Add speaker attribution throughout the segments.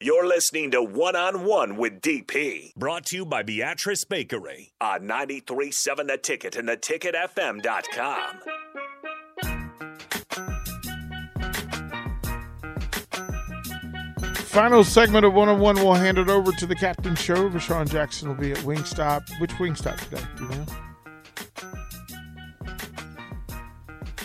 Speaker 1: You're listening to One on One with DP
Speaker 2: Brought to you by Beatrice Bakery.
Speaker 1: on 937 The Ticket and theticketfm.com.
Speaker 3: Final segment of 101. We'll hand it over to the captain show. Rashawn Jackson will be at Wingstop. Which Wingstop today? Do you know?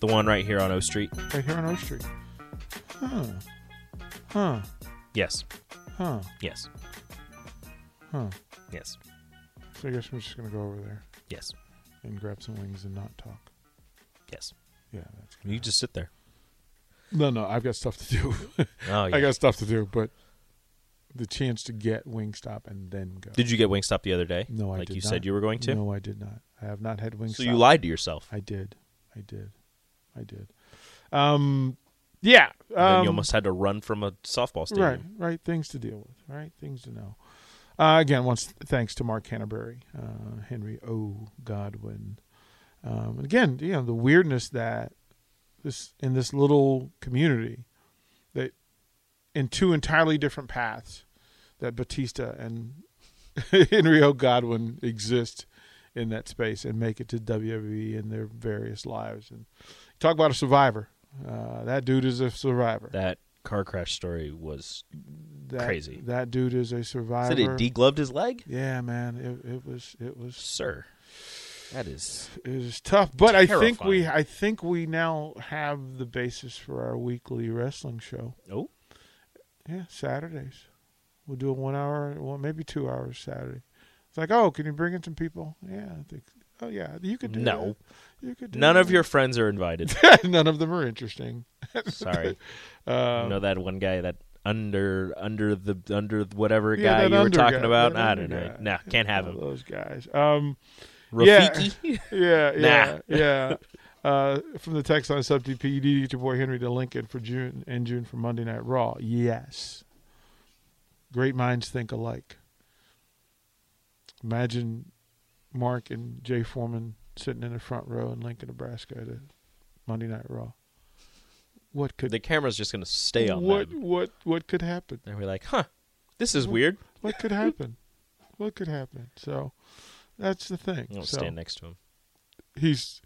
Speaker 4: The one right here on O Street.
Speaker 3: Right here on O Street. Huh. Huh.
Speaker 4: Yes.
Speaker 3: Huh.
Speaker 4: Yes.
Speaker 3: Huh.
Speaker 4: Yes.
Speaker 3: So I guess I'm just going to go over there
Speaker 4: Yes.
Speaker 3: and grab some wings and not talk.
Speaker 4: Yes.
Speaker 3: Yeah, that's good.
Speaker 4: You just sit there.
Speaker 3: No, no, I've got stuff to do.
Speaker 4: Oh, yeah.
Speaker 3: I got stuff to do, but the chance to get Wingstop and then go.
Speaker 4: Did you get Wingstop the other day?
Speaker 3: No, I
Speaker 4: Like
Speaker 3: did
Speaker 4: you
Speaker 3: not.
Speaker 4: said you were going to?
Speaker 3: No, I did not. I have not had Wingstop.
Speaker 4: so you lied to yourself.
Speaker 3: I did. I did. I did. Um, yeah.
Speaker 4: And then
Speaker 3: Um,
Speaker 4: you almost had to run from a softball stadium.
Speaker 3: right, right. Things to deal with. Right, things to know. Uh, again, once thanks to Mark Canterbury, uh, Henry O. Godwin. Um, and again, you know the weirdness that this in this little community that in two entirely different paths that Batista and Henry O. Godwin exist in that space and make it to WWE in their various lives. And talk about a survivor. Uh, that dude is a survivor.
Speaker 4: That car crash story was.
Speaker 3: That-
Speaker 4: Crazy.
Speaker 3: That dude is a survivor.
Speaker 4: Said he degloved his leg?
Speaker 3: yeah, man. It, it was it was
Speaker 4: Sir. That is.
Speaker 3: it was tough. But I think
Speaker 4: Terrifying.
Speaker 3: we I think we now have the basis for our weekly wrestling show.
Speaker 4: Oh.
Speaker 3: Yeah, Saturdays. We'll do a one hour, well maybe two hours Saturday. It's like, oh, can you bring in some people? Yeah, I think. Oh yeah, you could do.
Speaker 4: No.
Speaker 3: that. you could. Do
Speaker 4: None of
Speaker 3: that.
Speaker 4: your friends are invited.
Speaker 3: none of them are interesting.
Speaker 4: Sorry.
Speaker 3: Um,
Speaker 4: you know that one guy that under under the under whatever
Speaker 3: Yeah,
Speaker 4: guy
Speaker 3: that
Speaker 4: you were
Speaker 3: under
Speaker 4: talking
Speaker 3: guy,
Speaker 4: about.
Speaker 3: that
Speaker 4: I
Speaker 3: under
Speaker 4: don't know.
Speaker 3: guy. Oh,
Speaker 4: No, can't have
Speaker 3: All
Speaker 4: him.
Speaker 3: Those guys. Um, Yeah.
Speaker 4: Rafiki.
Speaker 3: yeah, yeah,
Speaker 4: Nah.
Speaker 3: yeah. Uh, from the text line sub DP, you need to get your boy Henry to Lincoln for June and June for Monday Night Raw. Yes. Great minds think alike. Imagine Mark and Jay Foreman sitting in the front row in Lincoln, Nebraska at a Monday Night Raw. What could
Speaker 4: The camera's just gonna stay on
Speaker 3: what
Speaker 4: them.
Speaker 3: what what could happen?
Speaker 4: And we're like, huh, this is weird.
Speaker 3: What could happen? what could happen? So that's the thing.
Speaker 4: I don't
Speaker 3: so,
Speaker 4: stand next to him.
Speaker 3: he's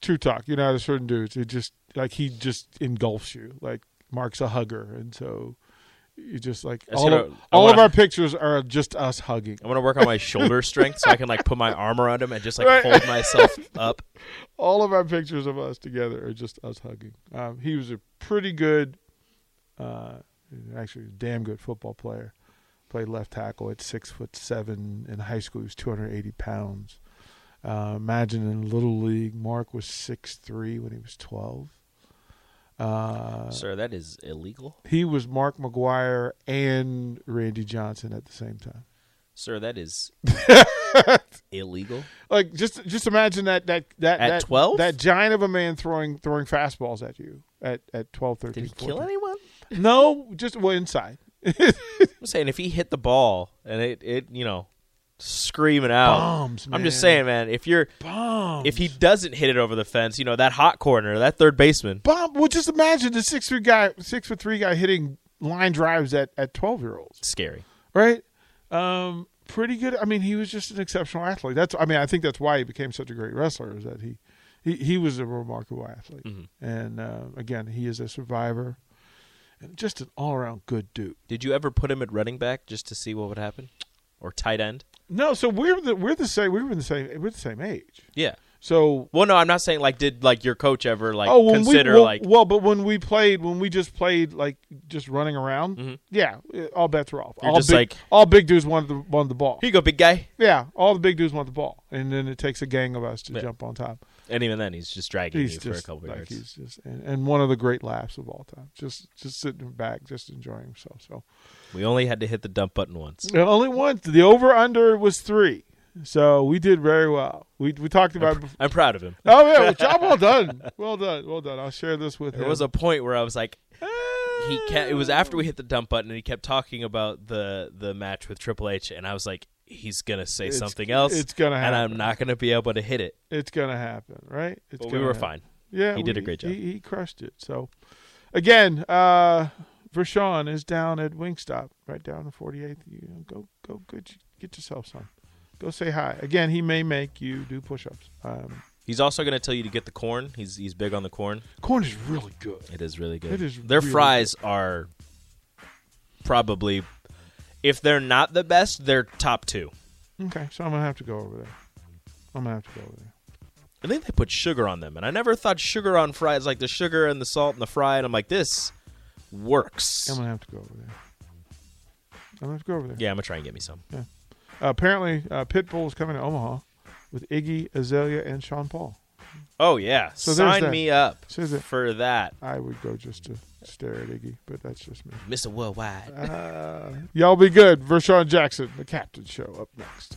Speaker 3: true talk. You know, how there's certain dudes who just like he just engulfs you. Like Mark's a hugger, and so you just like
Speaker 4: That's
Speaker 3: all,
Speaker 4: gonna-
Speaker 3: of,
Speaker 4: I
Speaker 3: all of
Speaker 4: wanna-
Speaker 3: our pictures are just us hugging.
Speaker 4: I want to work on my shoulder strength so I can like put my arm around him and just like
Speaker 3: Right.
Speaker 4: hold myself up.
Speaker 3: All of our pictures of us together are just us hugging. Um, he was a pretty good, uh, actually, a damn good football player. Played left tackle at six foot seven in high school. He was 280 pounds. Uh, imagine in little league, Mark was six three when he was 12. Uh,
Speaker 4: Sir, that is illegal.
Speaker 3: he was Mark McGuire and Randy Johnson at the same time.
Speaker 4: Sir, that is illegal.
Speaker 3: Like just just imagine that that that
Speaker 4: At
Speaker 3: that,
Speaker 4: 12?
Speaker 3: that giant of a man throwing throwing fastballs at you at at 12, 13,
Speaker 4: Did he kill
Speaker 3: 14.
Speaker 4: anyone?
Speaker 3: No, just well inside.
Speaker 4: I'm saying if he hit the ball and it, it you know, screaming out.
Speaker 3: Bombs,
Speaker 4: I'm just
Speaker 3: man.
Speaker 4: saying, man. If you're
Speaker 3: Bomb.
Speaker 4: if he doesn't hit it over the fence, you know that hot corner, that third baseman.
Speaker 3: bomb, well, just imagine the six three guy, six foot three guy hitting line drives at at twelve year olds.
Speaker 4: Scary.
Speaker 3: right? Um, pretty good. I mean, he was just an exceptional athlete. That's. I mean, I think that's why he became such a great wrestler. Is that he, he, he was a remarkable athlete,
Speaker 4: Mm-hmm.
Speaker 3: and uh, again, he is a survivor, and just an all around good dude.
Speaker 4: Did you ever put him at running back just to see what would happen, or tight end?
Speaker 3: No, so we're the we're the same. We were the same. We're the same age.
Speaker 4: Yeah.
Speaker 3: So.
Speaker 4: Well, no, I'm not saying like did like your coach ever like
Speaker 3: Oh, when
Speaker 4: consider
Speaker 3: we, well,
Speaker 4: like
Speaker 3: well, but when we played, when we just played like just running around, yeah, uh, all bets were off.
Speaker 4: Mm-hmm. You're
Speaker 3: all
Speaker 4: just
Speaker 3: big,
Speaker 4: like-
Speaker 3: all big dudes wanted the wanted the ball.
Speaker 4: here you go, big guy,
Speaker 3: Yeah, all the big dudes want the ball, and then it takes a gang of us to jump on top.
Speaker 4: and even then he's just dragging
Speaker 3: He's
Speaker 4: you
Speaker 3: just
Speaker 4: for a couple
Speaker 3: like
Speaker 4: yards.
Speaker 3: he's just, and, and one of the great laughs of all time. Just just sitting back, just enjoying himself. So
Speaker 4: We only had to hit the dump button once.
Speaker 3: and only once the over under was three, so we did very well. We we talked about. bef-
Speaker 4: I'm proud of him.
Speaker 3: Oh yeah, well, job well done, well done, well done. I'll share this with
Speaker 4: There
Speaker 3: him.
Speaker 4: was a point where I was like,
Speaker 3: Ah.
Speaker 4: he kept, it was after we hit the dump button and he kept talking about the the match with Triple H and I was like he's going to say
Speaker 3: It's-
Speaker 4: something else
Speaker 3: it's gonna
Speaker 4: and I'm
Speaker 3: happen.
Speaker 4: not going to be able to hit it.
Speaker 3: it's gonna happen, right? It's
Speaker 4: But we
Speaker 3: gonna
Speaker 4: were
Speaker 3: happen.
Speaker 4: fine.
Speaker 3: Yeah,
Speaker 4: He did
Speaker 3: we-
Speaker 4: a great job.
Speaker 3: He, he crushed it. So, again, uh, Vershawn is down at Wingstop, right down in 48th. You know, go, go, good, get yourself some. Go say hi. Again, he may make you do push-ups. Um,
Speaker 4: He's also going to tell you to get the corn. He's he's big on the corn.
Speaker 3: corn is really good.
Speaker 4: It is really good.
Speaker 3: It is
Speaker 4: Their
Speaker 3: really
Speaker 4: fries are probably if they're not the best, they're top 2.
Speaker 3: Okay, so I'm gonna have to go over there. I'm gonna have to go over there.
Speaker 4: I think they put sugar on them and I never thought sugar on fries like the sugar and the salt and the fry and I'm like this works.
Speaker 3: I'm gonna have to go over there. I'm gonna have to go over there.
Speaker 4: Yeah, I'm going to try and get me some.
Speaker 3: Uh, apparently, uh, Pitbull is coming to Omaha with Iggy Azalea and Sean Paul.
Speaker 4: Oh yeah,
Speaker 3: So there's
Speaker 4: sign
Speaker 3: that.
Speaker 4: me up
Speaker 3: So there's that.
Speaker 4: for that,
Speaker 3: I would go just to stare at Iggy, but that's just me.
Speaker 4: Mr. Worldwide.
Speaker 3: Y'all be good. Vershawn Jackson, the captain show up next.